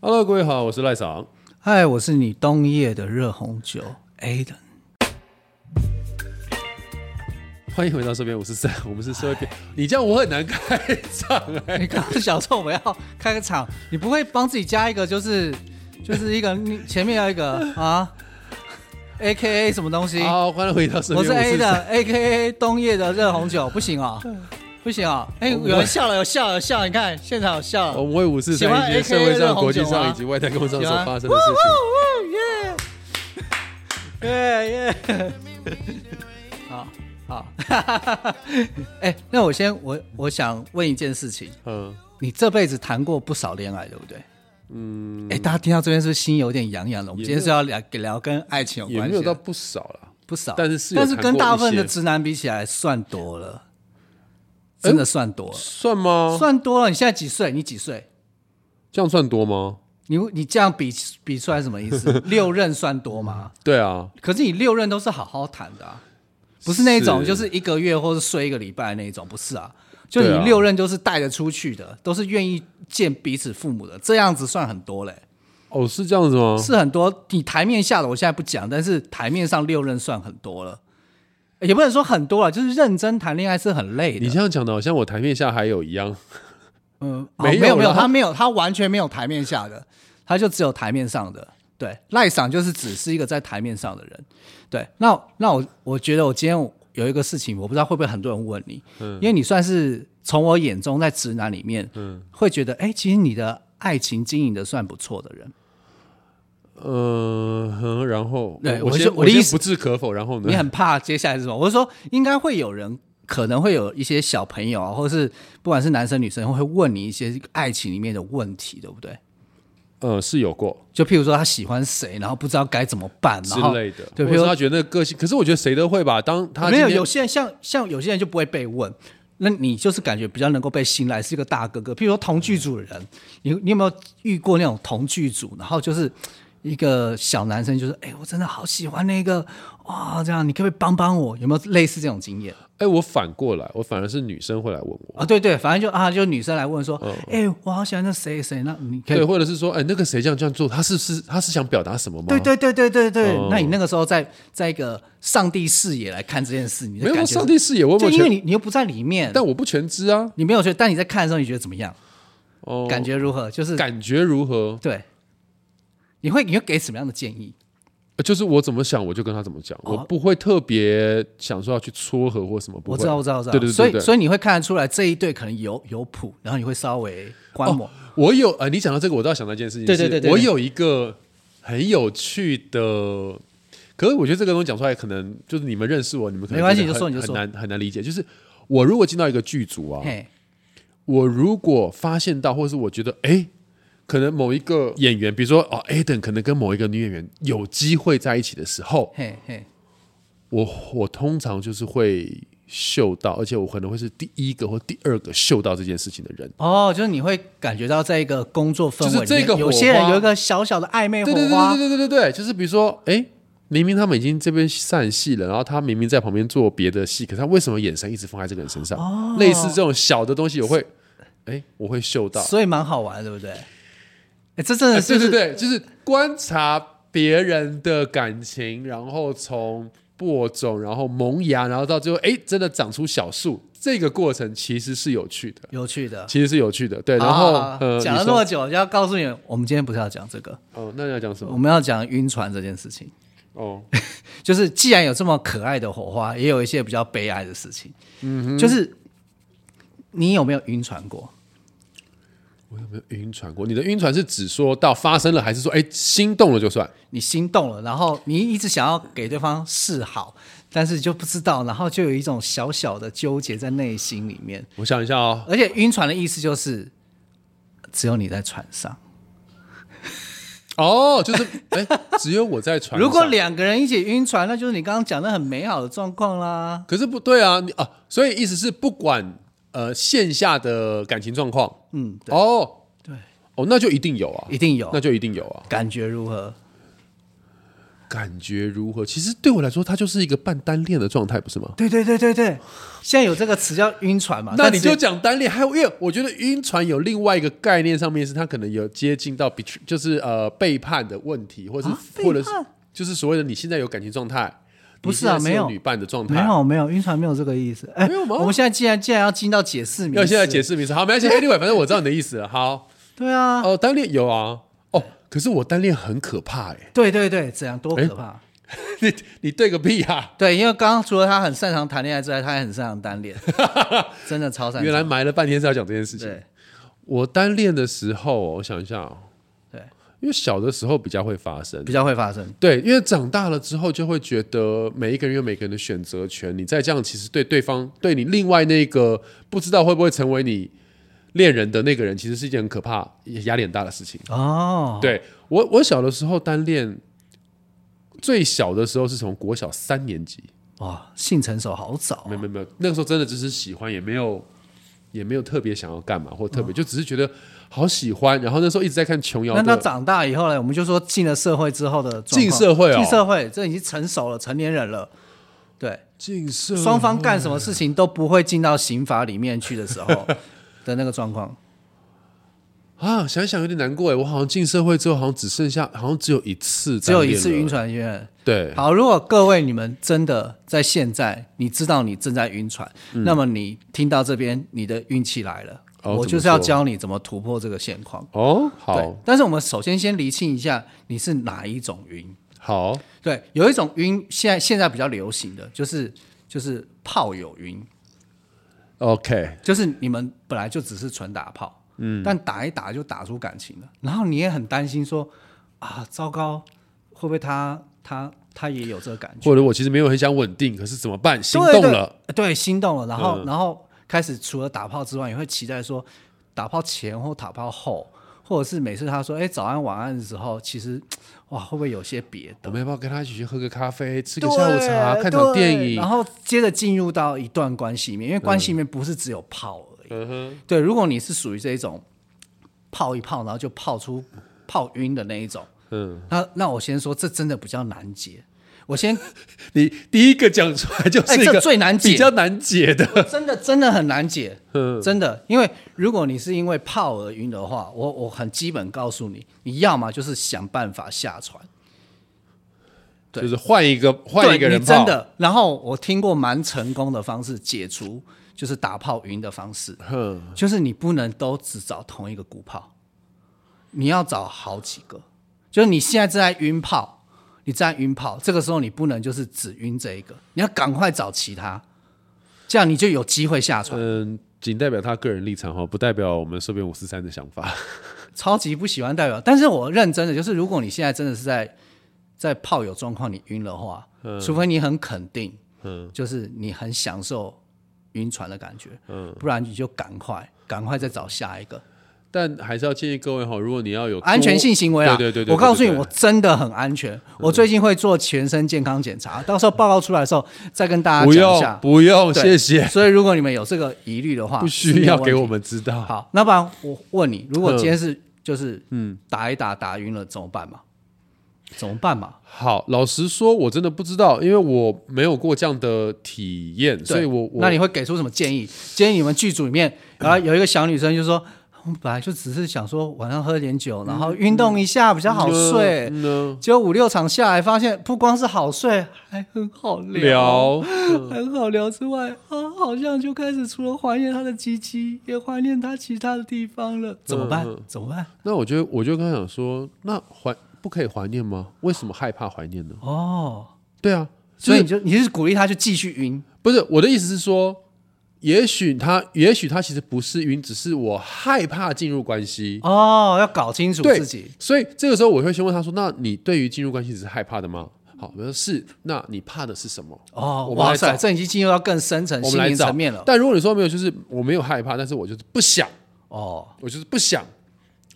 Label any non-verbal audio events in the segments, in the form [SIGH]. Hello，各位好，我是赖爽。嗨，我是你冬夜的热红酒 Aden。欢迎回到社边五十三， [LAUGHS] 我们是社会边。你这样我很难开场哎、你刚刚想说我们要开个场，你不会帮自己加一个，就是就是一个你前面要一个啊，A K A 什么东西？好，欢迎回到社哎哦我边是五 A 十三。的 A K A 冬夜的热红酒，不行啊、不行啊、哎、有人笑了，有笑了，有笑，你看现场有笑了。我们为五四喜欢三一些社会 AKA 热上、红国际酒上以吗及外太空上喜所欢发生的事情。耶耶耶！好好，哎、那我先我我想问一件事情，嗯，你这辈子谈过不少恋爱，对不对？嗯，哎、大家听到这边是不是心有点痒痒的？我们也今天是要聊聊跟爱情有也关没系有到的，不少了。不少，但是是有但是谈跟过大一部分的些直男比起来，算多了，真的算多了，算吗？算多了。你现在几岁？你几岁？这样算多吗？你你这样比比出来什么意 [LAUGHS] 思？六任算多吗？对啊，可是你六任都是好好谈的、啊，不是那种是就是一个月或是睡一个礼拜那一种，不是啊。就你对啊六任都是带着出去的，都是愿意见彼此父母的，这样子算很多嘞、哦，是这样子吗？是很多。你台面下的我现在不讲，但是台面上六任算很多了，也不能说很多了，啊就是认真谈恋爱是很累你的。这样讲的，好像我台面下还有一样。嗯，哦没有没有没有，啦他没有，他完全没有台面下的，他就只有台面上的。对，赖赏就是只是一个在台面上的人。对，那那我我觉得我今天有一个事情，我不知道会不会很多人问你，嗯因为你算是从我眼中在直男里面，嗯会觉得哎、诶其实你的爱情经营的算不错的人，嗯、哼然后对我我先就我的先意思不置可否，然后呢？你很怕接下来是什么？我是说，应该会有人。可能会有一些小朋友啊，或是不管是男生女生，会问你一些爱情里面的问题，对不对？呃，是有过就譬如说他喜欢谁，然后不知道该怎么办，之然后类的，对，或譬者如是他觉得那个个性，可是我觉得谁都会吧。当他没今有天有些人像像有些人就不会被问，那你就是感觉比较能够被信赖，是一个大哥哥。譬如说同剧组的嗯人，你你有没有遇过那种同剧组，然后就是一个小男生，就是哎、我真的好喜欢那个哇，这样你可不可以帮帮我？有没有类似这种经验？哎，我反过来，我反而是女生会来问我，啊，对对，反正就啊，就女生来问说，嗯哎、我好喜欢那谁谁，那你可以对，或者是说，哎，那个谁这样这样做，他是是他是想表达什么吗？对，对对对对对，哦那你那个时候在在一个上帝视野来看这件事，你的没有感说觉是上帝视野，我有没就有因为全，你你又不在里面，但我不全知啊。你没有去，但你在看的时候，你觉得怎么样？哦，感觉如何？就是感觉如何？对，你会你会给什么样的建议？就是我怎么想，我就跟他怎么讲，哦我不会特别想说要去撮合或什么。不我会知道，我知道，我知道。对对对所以对所以你会看得出来这一对可能有有谱，然后你会稍微观摩。我有呃，你讲到这个，我倒想到一件事情，对对对是对我对有一个很有趣的，可是我觉得这个东西讲出来，可能就是你们认识我，你们可能没关系觉得你就说很你就很说难很难理解。就是我如果进到一个剧组啊，嘿，我如果发现到，或是我觉得，哎，可能某一个演员，比如说哦，Aden 可能跟某一个女演员有机会在一起的时候，嘿嘿，我我通常就是会嗅到，而且我可能会是第一个或第二个嗅到这件事情的人。哦，就是你会感觉到在一个工作氛围里面，就是这个有火花些人有一个小小的暧昧火对对对花对，对对对对，就是比如说，哎，明明他们已经这边散戏了，然后他明明在旁边做别的戏，可是他为什么眼神一直放在这个人身上？类似这种小的东西，我会，哎，我会嗅到。所以蛮好玩的，对不对？哎， [LAUGHS] 这真的哎是对对对，就是观察别人的感情，然后从播种，然后萌芽，然后到最后，哎，真的长出小树，这个过程其实是有趣的。有趣的。其实是有趣的，对。然后好好好啊呃，讲了你那说么久，就要告诉你，我们今天不是要讲这个，哦，那要讲什么？我们要讲晕船这件事情。哦，就是既然有这么可爱的火花，也有一些比较悲哀的事情。嗯，就是你有没有晕船过？我有没有晕船过？你的晕船是指说到发生了，还是说哎心动了就算？你心动了，然后你一直想要给对方示好，但是就不知道，然后就有一种小小的纠结在内心里面。我想一下 [LAUGHS] 哦，而且晕船的意思就是，只有你在船上。哦，就是哎，只有我在船上。如果两个人一起晕船，那就是你刚刚讲的很美好的状况啦。可是不对啊，你啊，所以意思是不管呃线下的感情状况，嗯，哦，对，哦，那就一定有啊，一定有那。就一定有啊。感觉如何？感觉如何？其实对我来说，它就是一个半单恋的状态，不是吗？对对对对对，现在有这个词叫晕船嘛？那啊但你是就讲单恋，还有因为我觉得晕船有另外一个概念上面是它可能有接近到 betray，就是呃背叛的问题，或者是、啊背或者是叛就是所谓的你现在有感情状态，不你是啊现在没有女伴的状态，没有没有晕船没有这个意思。哎，没有吗我们现在既然既然要进到解释名词，要现在解释名词，好，没关系。Anyway，反正我知道你的意思了。好，对啊，呃，单恋有啊，哦，可是我单恋很可怕哎、对对对，怎样多哎可怕？ [LAUGHS] 你你对个屁啊！对，因为刚刚除了他很擅长谈恋爱之外，他也很擅长单恋， [LAUGHS] 真的超擅长。原来埋了半天是要讲这件事情。对我单恋的时候，我想一下、哦，对，因为小的时候比较会发生比。较会发生。对，因为长大了之后就会觉得每一个人有每个人的选择权，你再这样，其实对对方对你另外那个不知道会不会成为你恋人的那个人，其实是一件很可怕、也压力很大的事情。哦，对我，我小的时候单恋，最小的时候是从国小三年级，哇，性成熟好早没有没有没有，那个时候真的只是喜欢，也没有也没有特别想要干嘛，或特别、就只是觉得好喜欢。然后那时候一直在看琼瑶嗯那他的，长大以后呢？我们就说进了社会之后的状况进社会哦进社会，这已经成熟了，成年人了。对，进社双方干什么事情都不会进到刑法里面去的 [LAUGHS] 时候的那个状况。啊，想一想有点难过哎，我好像进社会之后，好像只剩下好像只有一次，只有一次晕。船晕了。对，好，如果各位你们真的在现在，你知道你正在晕船，那么你听到这边，你的运气来了。嗯哦我怎么就是要说教你怎么突破这个现况。哦，对好，但是我们首先先厘清一下你是哪一种晕。好，对，有一种晕，现在现在比较流行的就是就是炮友晕， OK，就是你们本来就只是纯打炮，嗯，但打一打就打出感情了，然后你也很担心说啊，糟糕，会不会他他他也有这个感觉？或者我其实没有很想稳定，可是怎么办？心对动了，，对对，心动了，然后、然后开始除了打炮之外，也会期待说打炮前或打炮后，或者是每次他说哎早安晚安的时候，其实哇会不会有些别的？我们要不要跟他一起去喝个咖啡，吃个对下午茶，看场对电影然？后接着进入到一段关系里面，因为关系里面不是只有泡而已。嗯哼，对，如果你是属于这一种泡一泡，然后就泡出泡晕的那一种，嗯。那那我先说，这真的比较难解。我先你第一个讲出来就是一哎个这最难解比较难解的。真的真的很难解，嗯真的，因为如果你是因为泡而晕的话，我我很基本告诉你，你要么就是想办法下船，对就是换一个换对一个人你泡真，的。然后我听过蛮成功的方式解除，就是打泡晕的方式，哼，就是你不能都只找同一个鼓炮，你要找好几个。就是你现在正在晕炮，你正在晕炮，这个时候你不能就是只晕这一个，你要赶快找其他，这样你就有机会下船。嗯，仅代表他个人立场哈，不代表我们收编五四三的想法。 [LAUGHS] 超级不喜欢代表，但是我认真的就是，如果你现在真的是在在炮友状况你晕的话，除非你很肯定，嗯就是你很享受晕船的感觉，嗯不然你就赶快赶快再找下一个。但还是要建议各位哈，如果你要有多安全性行为啊！对对对对，我告诉你，对嗯我真的很安全。我最近会做全身健康检查，到时候报告出来的时候再跟大不家啊讲用一下。不用，对谢谢，所以如果你们有这个疑虑的话，不是需没有要问给题我们知道。好，那不然我问你，如果今天是就是嗯打一打打晕了怎么办嘛？怎么办嘛？好，老实说，我真的不知道，因为我没有过这样的体验，所以对我我那你会给出什么建议？建议你们剧组里面，然后有一个小女生就说。我们本来就只是想说晚上喝点酒，然后运动一下比较好睡。嗯呢结果五六场下来，发现不光是好睡，还很好聊聊，很好聊之外，啊，好像就开始除了怀念他的鸡鸡，也怀念他其他的地方嗯了。怎么办？怎么办？那我觉得，我就跟他讲说，那怀不可以怀念吗？为什么害怕怀念呢？哦，对啊，所所以以你就你是鼓励他就继续晕不是我的意思是说，也许他，也许他其实不是晕，只是我害怕进入关系。哦，要搞清楚对自己，所以这个时候我会先问他说：“那你对于进入关系只是害怕的吗？”好，我说是。那你怕的是什么？哦。我们哇来塞，找，这已经进入到更深层我们心来灵找层面了。但如果你说没有，就是我没有害怕，但是我就是不想，哦，我就是不想。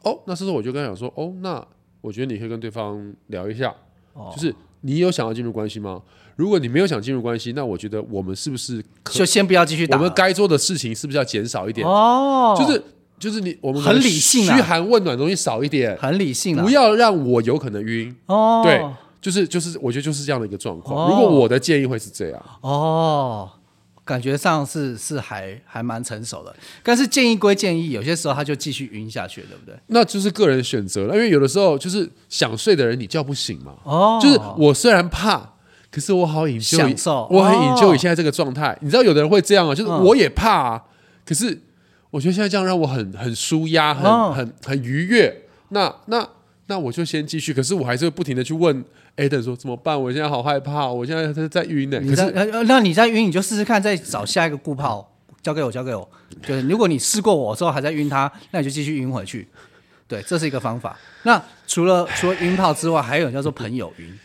哦，那这时候我就跟他讲说：“哦，那我觉得你可以跟对方聊一下，哦就是你有想要进入关系吗？如果你没有想进入关系，那我觉得我们是不是可就先不要继续打我了。们该做的事情是不是要减少一点？哦，就是就是你我们很理性啊嘘寒问暖的东西少一点，很理性了啊不。要让我有可能晕。哦，对，就是就是，我觉得就是这样的一个状况。哦如果我的建议会是这样，哦，感觉上是是还还蛮成熟的，但是建议归建议，有些时候他就继续晕下去，对不对？那就是个人选择了。因为有的时候就是想睡的人你叫不醒嘛。哦，就是我虽然怕，可是我好引咎，享受我很哦引咎你现在这个状态。你知道有的人会这样啊，就是嗯我也怕啊，可是我觉得现在这样让我很很舒压，很、哦很很愉悦。那那那我就先继续，可是我还是会不停的去问 Aden 说怎么办？我现在好害怕，我现在在在晕呢、你可在是呃呃那你在晕，你就试试看，再找下一个固泡，交给我，交给我。就是如果你试过我之后还在晕它，那你就继续晕回去。对，这是一个方法。那除了除了晕泡之外，还有人叫做朋友晕。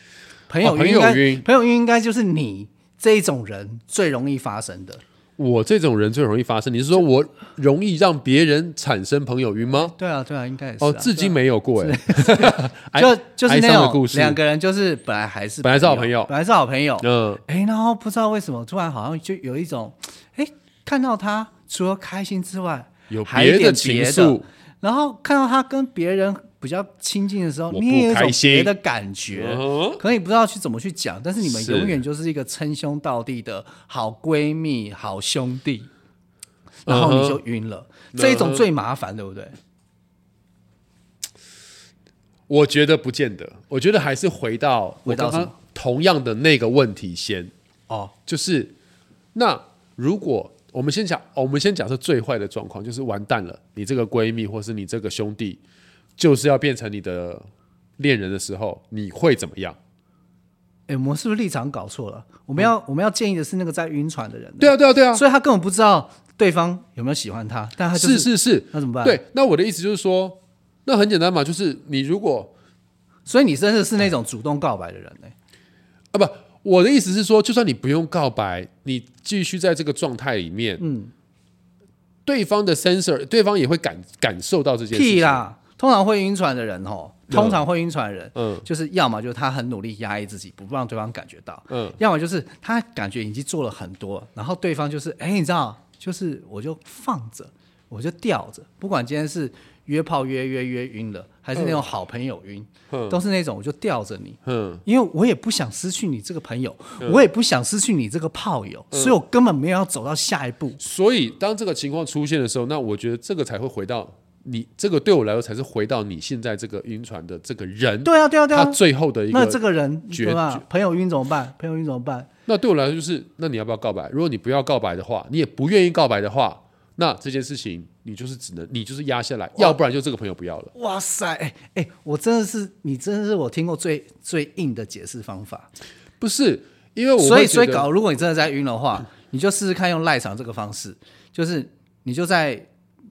朋友哦朋晕应该、友晕朋友晕应该就是你这一种人最容易发生的。我这种人最容易发生。你是说我容易让别人产生朋友晕吗？对啊，对啊，应该也是、啊。啊哦，至今没有过哎、 [LAUGHS] 哀就就是哀那伤的种故事，两个人就是本来还是本来是好朋友本来是好朋友，嗯。哎，然后不知道为什么突然好像就有一种，哎，看到他除了开心之外，有还有别一点情别的愫，然后看到他跟别人比较亲近的时候，我不你也有一种开心别的感觉，嗯可能你不知道去怎么去讲，但是你们是永远就是一个称兄道弟的好闺蜜、好兄弟，然后嗯你就晕了，这一种最麻烦，对不对？我觉得不见得，我觉得还是回到我回到刚什么刚同样的那个问题先，哦，就是那如果我们先讲，哦我们先假设最坏的状况就是完蛋了，你这个闺蜜或是你这个兄弟就是要变成你的恋人的时候，你会怎么样？哎，我们是不是立场搞错了？我们要、嗯我们要建议的是那个在晕船的人，对啊，对啊，对啊，所以他根本不知道对方有没有喜欢他，但他就是是是，那怎么办？，对。那我的意思就是说，那很简单嘛，就是你如果所以你真的是那种主动告白的人呢、啊，不，我的意思是说，就算你不用告白，你继续在这个状态里面，嗯，对方的 sensor，对方也会感感受到这件事屁情。啦！通常会晕船的人哦，通常会晕船的人，嗯就是要么就是他很努力压抑自己，不让对方感觉到，嗯要么就是他感觉已经做了很多，然后对方就是，哎、你知道，就是我就放着，我就吊着，不管今天是约炮约约约晕了，还是那种好朋友晕，都是那种我就吊着你，嗯，因为我也不想失去你这个朋友，我也不想失去你这个炮友，嗯所以我根本没有要走到下一步。所以当这个情况出现的时候，那我觉得这个才会回到你，这个对我来说才是回到你现在这个晕船的这个人，对啊，对啊，对他啊。最后的一个。那这个人决对吧？朋友晕怎么办？朋友晕怎么办？那对我来说就是，那你要不要告白？如果你不要告白的话，你也不愿意告白的话，那这件事情你就是只能你就是压下来，要不然就这个朋友不要了。哇塞，哎、哎、我真的是你，真的是我听过最最硬的解释方法。不是因为我所以会觉所以得搞，如果你真的在晕的话，你就试试看用赖床这个方式，就是你就在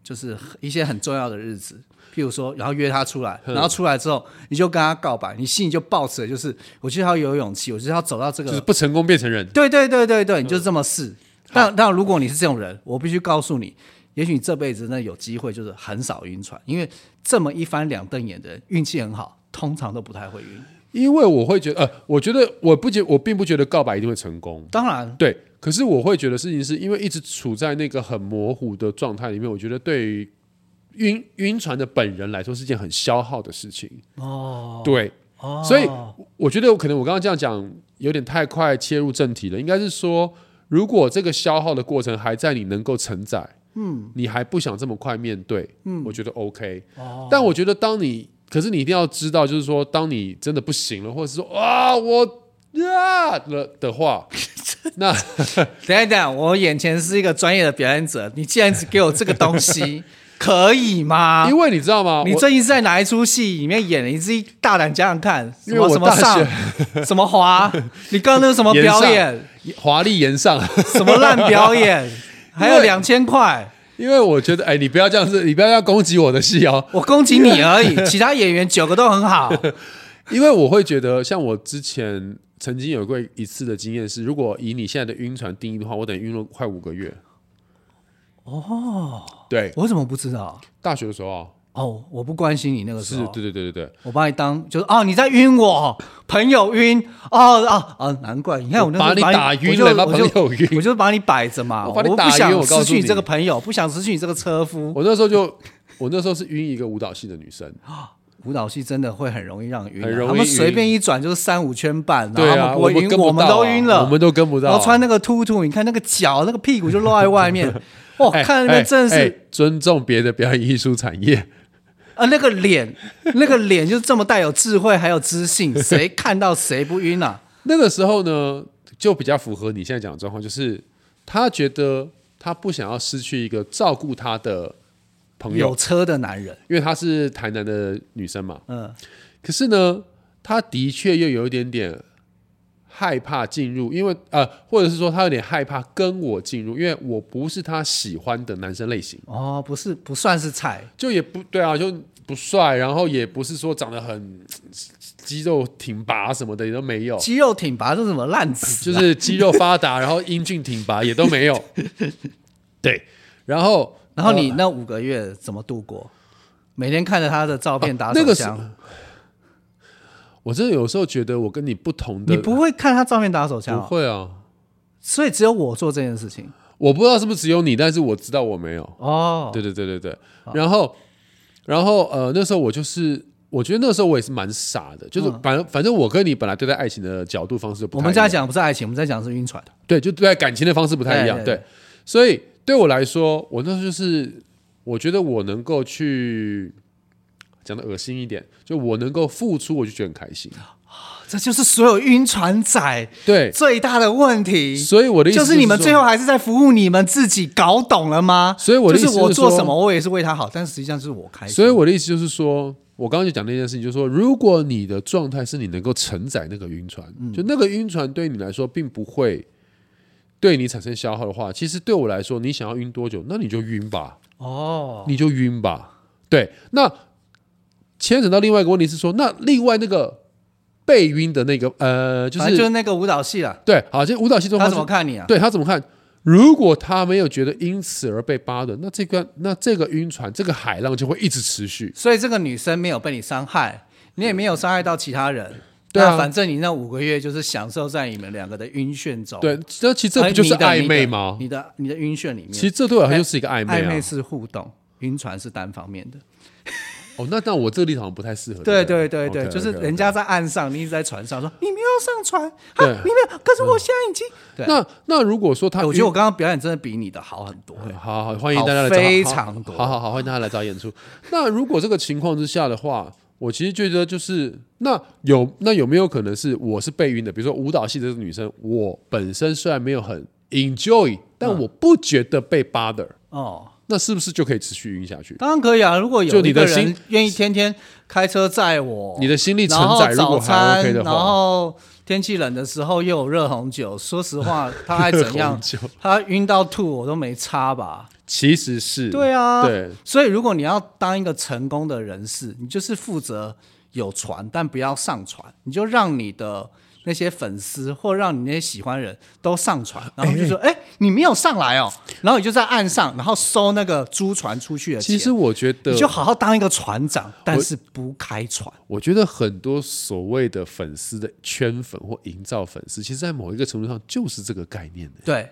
就是一些很重要的日子，譬如说，然后约他出来，然后出来之后，你就跟他告白，你心里就抱持的就是，我就是要有勇气，我就是要走到这就是个，不成功变成人。对对对对对，你就这么试。但但如果你是这种人，我必须告诉你。也许你这辈子真的有机会，就是很少晕船，因为这么一翻两瞪眼的人，运气很好，通常都不太会晕。因为我会觉得，呃，我觉得我不觉，我并不觉得告白一定会成功，当然，对。可是我会觉得事情是因为一直处在那个很模糊的状态里面，我觉得对于晕晕船的本人来说是件很消耗的事情。哦，对，哦所以我觉得我可能我刚刚这样讲有点太快切入正题了，应该是说，如果这个消耗的过程还在你能够承载，嗯，你还不想这么快面对，嗯，我觉得 OK。哦，但我觉得当你，可是你一定要知道，就是说，当你真的不行了，或者是说啊，我啊了的话，那等一下等一下，我眼前是一个专业的表演者，你竟然只给我这个 [LAUGHS] 东西，可以吗因？为你知道吗？啊你我最近是在哪一出戏里面演了？你自己大胆讲讲看，什因为么我什么大学 [LAUGHS] 上，什么滑，你刚刚那是什么表演？华丽言上， [LAUGHS] 什么烂表演？还有两千块，因为我觉得，哎，你不要这样子，你不要这样攻击我的戏哦。 [LAUGHS] 我攻击你而已，其他演员九个都很好。因为我会觉得，像我之前曾经有过一次的经验是，如果以你现在的晕船定义的话，我等于晕了快五个月。哦，对，我怎么不知道？大学的时候啊，哦，我不关心你那个时是，候，对对对对对。我把你当就是哦，你在晕我，朋友晕哦哦哦，难怪你看我那时候把你打我晕就了把我就朋友晕我就把你摆着嘛，我我把你打不想晕我告诉失去你这个朋友，不想失去你这个车夫我那时候就，我那时候是晕一个舞蹈系的女生，舞蹈系真的会很容易让人晕啊、很容易他们随晕便一转就是三五圈半，然对后他啊，们不会们晕，跟我不们到啊、都晕了，我们都跟不到啊、然后穿那个突突，你看那个脚、那个屁股就露在外 [LAUGHS] 面，哇、哎看那边真的是、哎哎尊重别的表演艺术产业，啊，那个脸，那个脸就这么带有智慧，还有知性，谁看到谁不 [LAUGHS] 晕啊？那个时候呢，就比较符合你现在讲的状况，就是他觉得他不想要失去一个照顾他的朋友有，车的男人，因为她是台南的女生嘛。嗯，可是呢，她的确又有一点点害怕进入，因为呃，或者是说她有点害怕跟我进入，因为我不是她喜欢的男生类型，哦，不是，不算是菜，就也不对啊，就不帅，然后也不是说长得很呃肌肉挺拔什么的也都没有。肌肉挺拔，这是什么烂就词？是肌肉发达，然后英俊挺拔，也都没 [LAUGHS] 有。对，然后然后哦你那五个月怎么度过？每天看着他的照片打啊那手个枪，我真的有时候觉得我跟你不同的，你不会看他照片打手枪不哦、会啊？所以只有我做这件事情我不知道是不是只有你，但是我知道我没有。哦。对对对对对。然后，然后呃，那时候我就是，我觉得那时候我也是蛮傻的，就是反正、反正我跟你本来对待爱情的角度方式就不嗯我太们一样在讲不是爱情，我们在讲是晕船。对，就对待感情的方式不太一样。对对对，所以对我来说，我那时候就是我觉得我能够去讲的恶心一点，就我能够付出，我就觉得很开心。这就是所有晕船仔对，最大的问题。所以我的意思哎就是你们说最后，还是在服务你们自己，搞懂了吗？所以我的意就思是我是做说什么，我也是为他好，但实际上就是我开心。所以我的意思就是说，我刚刚就讲那件事情，就是说，如果你的状态是你能够承载那个晕船，嗯就那个晕船对你来说并不会。对你产生消耗的话，其实对我来说，你想要晕多久，那你就晕吧。哦，你就晕吧。对，那牵扯到另外一个问题是说，那另外那个被晕的那个呃，就反是正就是那个舞蹈系了，对，好，这舞蹈系中他怎么看你啊？对他怎么看？如果他没有觉得因此而被扒的，那这个那这个晕船这个海浪就会一直持续。所以这个女生没有被你伤害，你也没有伤害到其他人。对啊那反正你那五个月就是享受在你们两个的晕眩中。对哎，，那其实这不就是你的暧昧吗？你的你的你的晕眩里面，其实这对我来说就是一个暧昧哎暧啊。昧是互动，晕船是单方面的。哦，那那我这个立场不太适合。对对对不对对， OK，OK，就是人家在岸上，你一直在船上说啊你没有上船，对啊，你没有，可是我现在已经。对，那那如果说他哎晕，我觉得我刚刚表演真的比你的好很多、哎好好，欢迎大家来找，好非常多好好好，欢迎大家来找演出。 [LAUGHS] 那如果这个情况之下的话，我其实觉得就是那有那有没有可能是我是被晕的？比如说舞蹈系的这个女生，我本身虽然没有很 enjoy，但嗯我不觉得被 bother，、哦，那是不是就可以持续晕下去？当然可以啊。如果就有你一的个心人愿意天天开车载我，你的心力承然后载如果早还餐， OK 的然话，后天气冷的时候又有热红酒，说实话，他爱怎热 [LAUGHS] 红样酒，他晕到吐我都没差吧。其实是对啊，对，所以如果你要当一个成功的人士，你就是负责有船，但不要上船，你就让你的那些粉丝或让你那些喜欢人都上船，然后就说：“哎、你没有上来哦。”然后你就在岸上，然后收那个租船出去的其钱。实我觉得你就好好当一个船长，但是不开船。我觉得很多所谓的粉丝的圈粉或营造粉丝，其实在某一个程度上就是这个概念的。对，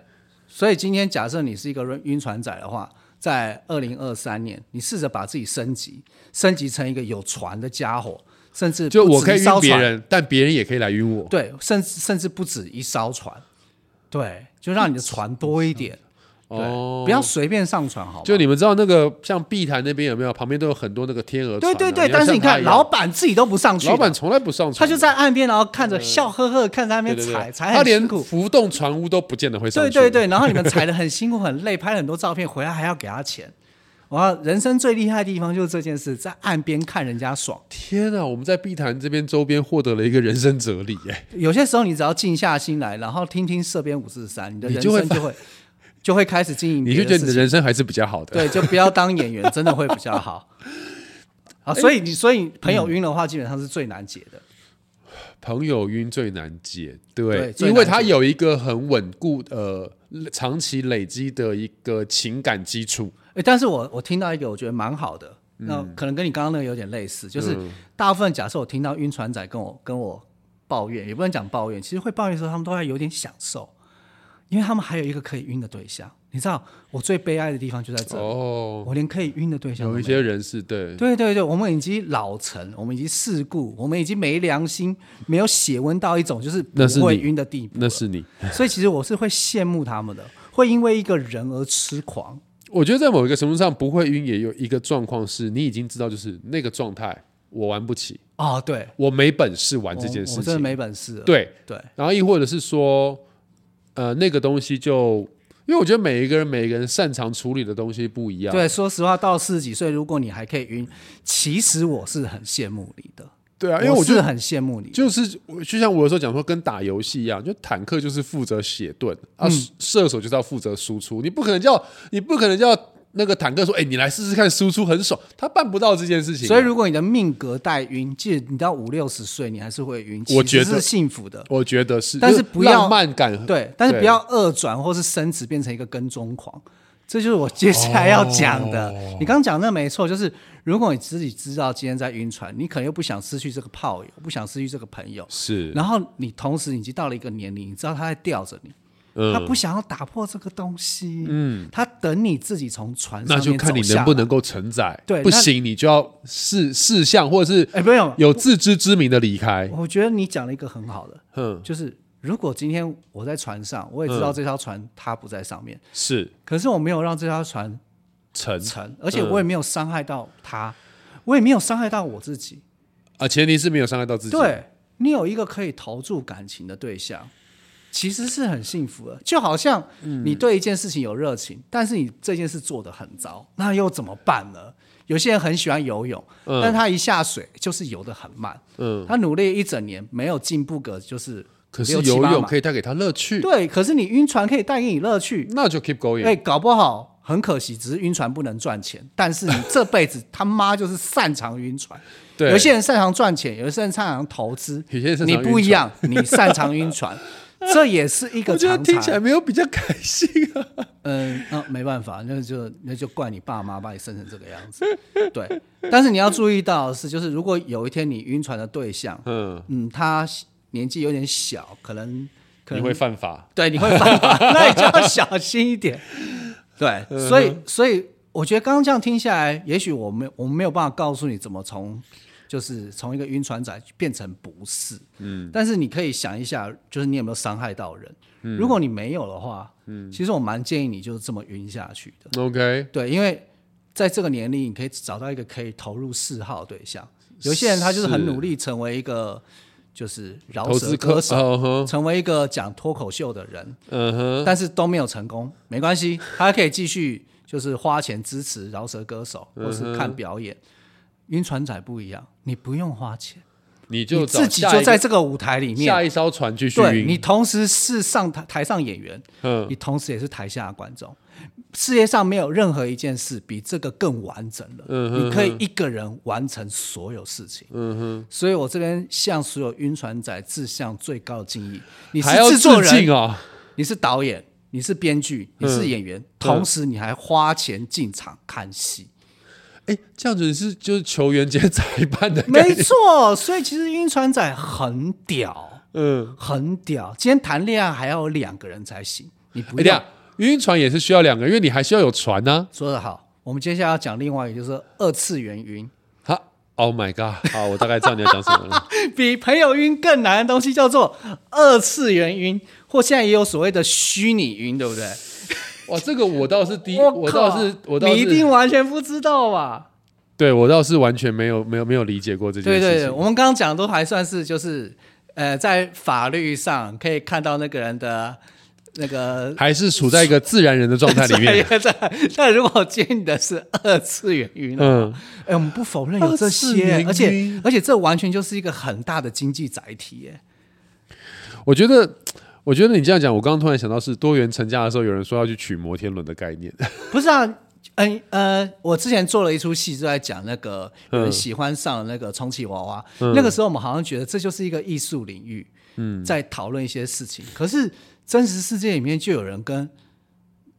所以今天假设你是一个晕晕船仔的话，在二零二三年，你试着把自己升级，升级成一个有船的家伙，甚至就不我止可以一晕艘别船人，但别人也可以来晕我。对，甚至甚至不止一艘船，对，就让你的船多一点，对，哦，不要随便上船，好吗？就你们知道那个像碧潭那边有没有？旁边都有很多那个天鹅船对啊、对对，要但是像你他看一样老板自己都不上去的，老板从来不上船，他就在岸边，然后看着笑呵呵地看着那对边对对踩，踩他很连辛苦。浮动船坞都不见得会上对去。对对，然后你们踩的很辛苦很累，拍了很多照片，回来还要给 [LAUGHS] 他钱。哇，人生最厉害的地方就是这件事，在岸边看人家爽。天啊，我们在碧潭这边周边获得了一个人生哲理哎、 [LAUGHS] 有些时候你只要静下心来，然后听听社编五四三，你的你人就会生就会就会开始经营别你的就觉事情。得你的人生还是比较好的。对，就不要当演员，真的会比较好。 [LAUGHS] 啊，所哎以你所以朋嗯友晕的话，基本上是最难解的。朋友晕最难解，对对，最因为难他解有一个很稳固呃长期累积的一个情感基础。诶哎但是我我听到一个我觉得蛮好的，那嗯可能跟你刚刚那个有点类似，就是大部分假设我听到晕船仔跟我跟我抱怨，也不能讲抱怨，其实会抱怨的时候，他们都还有点享受，因为他们还有一个可以晕的对象。你知道，我最悲哀的地方就在这，哦，我连可以晕的对象都有没一些人是对，对对对，我们已经老成，我们已经世故，我们已经没良心，没有血温到一种就是不那是你会晕的地步。那是你。所以其实我是会羡慕他们的，会因为一个人而痴狂。我觉得在某一个程度上不会晕，也有一个状况是你已经知道，就是那个状态我玩不起，哦，对，我没本事玩我这件哦我事真的情。没本事了。对，对然后亦或者是说，呃，那个东西就，因为我觉得每一个人每一个人擅长处理的东西不一样。对，说实话，到四十几岁，如果你还可以晕，其实我是很羡慕你的。对啊，因为我觉是得很羡慕你的。就是我就像我有时候讲说，跟打游戏一样，就坦克就是负责血盾嗯啊，射手就是要负责输出。你不可能叫你不可能叫那个坦克说，哎，你来试试看输出很爽，他办不到这件事情啊。所以，如果你的命格带晕，即使你到五六十岁，你还是会晕，我其觉实得是幸福的。我觉得是，但是就不要浪漫感，对，但是对不要恶转或是升职变成一个跟踪狂，这就是我接下来要讲的。哦你刚刚讲的没错，就是如果你自己知道今天在晕船，你可能又不想失去这个炮友，不想失去这个朋友，是然后你同时已经到了一个年龄，你知道他在吊着你。嗯他不想要打破这个东西，嗯，他等你自己从船上那就面看你走下能不来能。够承载。对不那行你就要事事项或者是哎，没有，有自知之明的离开。我觉得你讲了一个很好的，哼，就是如果今天我在船上，我也嗯知道这条船它不在上面，是可是我没有让这条船成，成，而且我也没有伤害到他，我也没有伤害到我自己。啊，前提是没有伤害到自己。对你有一个可以投注感情的对象，其实是很幸福的。就好像嗯你对一件事情有热情，但是你这件事做得很糟，那又怎么办呢？有些人很喜欢游泳，但他一下水就是游得很慢，嗯，他努力一整年没有进步个就是可是六七游八泳码可以带给他乐趣，对，可是你晕船可以带给你乐趣，那就 keep going。哎、搞不好很可惜，只是晕船不能赚钱，但是你这辈子他妈就是擅长晕船。对，有些人擅长赚钱，有些人擅长投资，有些人擅长你晕船不一样，你擅长晕船， [LAUGHS] 这也是一我个觉得常听起来才。没有比较开心啊。嗯，那、没办法，那就那就怪你爸妈把你生成这个样子。对，但是你要注意到的是，就是如果有一天你晕船的对象，嗯，嗯，他年纪有点小，可能可你能会犯法。对，你会犯法， [LAUGHS] 那你就要小心一点。 [LAUGHS] 嗯对，所以所以我觉得刚刚这样听下来，也许我们我们没有办法告诉你怎么从就是从一个晕船仔变成不是，嗯，但是你可以想一下，就是你有没有伤害到人？如果你没有的话，嗯，其实我蛮建议你就是这么晕下去的。 OK，对，因为在这个年龄，你可以找到一个可以投入嗜好的对象。有些人他就是很是努力成为一个就是饶投舌资客歌手，嗯哼成为一个讲脱口秀的人，嗯哼，但是都没有成功，没关系，他可以继续就是花钱支持饶舌歌手，嗯或是看表演。晕船仔不一样，你不用花钱，你就你找自己下一就个在这个舞台里面下，一艘船继续对你晕。同时是上台台上演员，嗯，你同时也是台下的观众。世界上没有任何一件事比这个更完整了。嗯哼你可以一个人完成所有事情。嗯哼，所以我这边向所有晕船仔致向最高的敬意。你是还要制致作人，敬啊！你是导演，你是编剧，你是演嗯员，同时你还花钱进场看戏。哎，这样子是就是球员兼裁判的概没念。错，所以其实晕船仔很屌，嗯，很屌。今天谈恋爱还要有两个人才行，你不哎，这要样晕船也是需要两个人，因为你还需要有船啊呢。说得好，我们接下来要讲另外一个，就是二次元晕，好，Oh my god！好，我大概知道你要讲什么了。比朋友晕更难的东西叫做二次元晕，或现在也有所谓的虚拟晕，对不对？ [LAUGHS] 哇，这个我倒是第一，我我靠倒是我倒你一是定完全不知道吧？对我倒是完全没有没有没有理解过这件对事情。对对，我们刚刚讲的都还算是就是，呃，在法律上可以看到那个人的那个还是处在一个自然人的状态 [LAUGHS] 里面。在。但如果接你的是二次元晕呢？嗯，哎、我们不否认有这些，而二次元晕且而且这完全就是一个很大的经济载体耶。我觉得，我觉得你这样讲，我刚刚突然想到是多元成家的时候，有人说要去取摩天轮的概念。 [LAUGHS] 不是啊，嗯呃，我之前做了一出戏，就在讲那个嗯有人喜欢上了那个充气娃娃。那个时候我们好像觉得这就是一个艺术领域，嗯，在讨论一些事情。可是真实世界里面就有人跟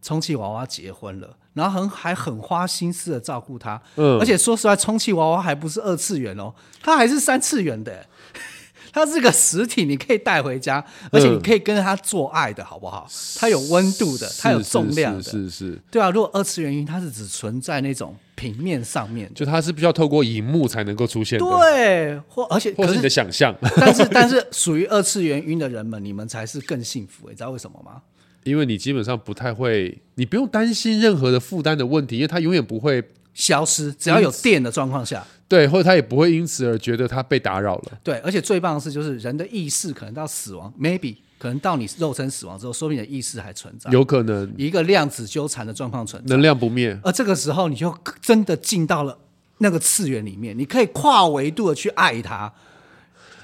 充气娃娃结婚了，然后很还很花心思的照顾他，嗯而且说实话，充气娃娃还不是二次元哦，它还是三次元的。 [LAUGHS] 它是个实体，你可以带回家，嗯而且你可以跟它做爱的好不好？它有温度的，它有是重量 [LAUGHS] 的，是是是是，对啊。如果二次元云，它是只存在那种平面上面的，就它是必须要透过荧幕才能够出现的，对，或而且或可者是你的是想象， [LAUGHS] 但是但是属于二次元晕的人们，你们才是更幸福，你知道为什么吗？因为你基本上不太会，你不用担心任何的负担的问题，因为它永远不会消失，只要有电的状况下，对，或者他也不会因此而觉得他被打扰了。对，而且最棒的是，就是人的意识可能到死亡，maybe 可能到你肉身死亡之后，说明你的意识还存在，有可能一个量子纠缠的状况存在。能量不灭，而这个时候，你就真的进到了那个次元里面，你可以跨维度的去爱它，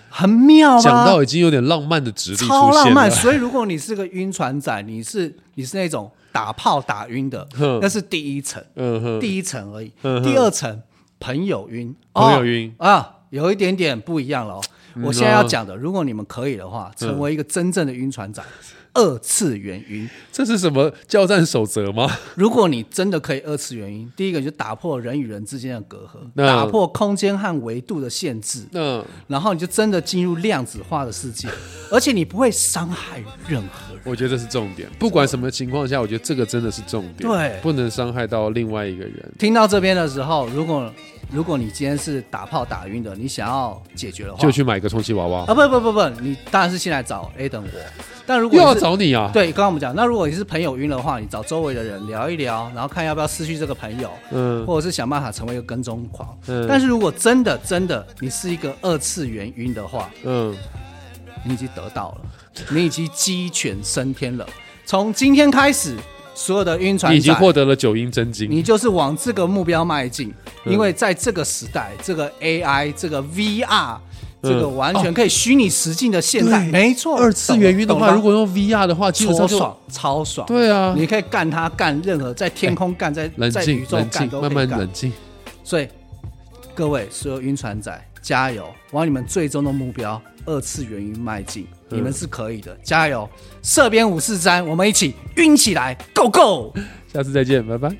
很妙讲吗？到已经有点浪漫的直立出超浪现漫。了。所以，如果你是个晕船仔，你是你是那种打炮打 [LAUGHS] 晕的，那是第一层，嗯哼，第一层而已。第二层朋友晕，朋友晕嗯哦啊，有一点点不一样了哦。我现在要讲的，如果你们可以的话，成为一个真正的晕船仔，二次元晕。这是什么教战守则 [LAUGHS] 吗？如果你真的可以二次元晕，第一个就打破人与人之间的隔阂，那打破空间和维度的限制，那然后你就真的进入量子化的世界，而且你不会伤害任何人。我觉得这是重点，不管什么情况下，我觉得这个真的是重点，对不能伤害到另外一个人。听到这边的时候，如果如果你今天是打炮打晕的，你想要解决的话，就去买个充气娃娃，啊，不不不不，你当然是先来找 A 等我。但如又果要你是找你啊？对，刚刚我们讲，那如果你是朋友晕的话，你找周围的人聊一聊，然后看要不要失去这个朋友，嗯，或者是想办法成为一个跟踪狂。嗯但是如果真的真的你是一个二次元晕的话，嗯，你已经得到了，你已经鸡犬升天了。从今天开始，所有的晕船你已经仔获得了九阴真经，你就是往这个目标迈进，嗯因为在这个时代，这个 AI，这个 VR，这个嗯完全可以虚拟实境的现代，对没错。二次元晕的懂话，吗如果用 VR 的话，基本上超就爽，超爽。对啊。哎你可以干它，干任何在天空干，在冷在宇静，宙冷干静，都慢可以慢干。冷静。所以各位所有晕船仔，加油，往你们最终的目标二次元晕迈进，嗯你们是可以的，加油！射边五四三，我们一起晕起来，Go Go！下次再见，拜拜。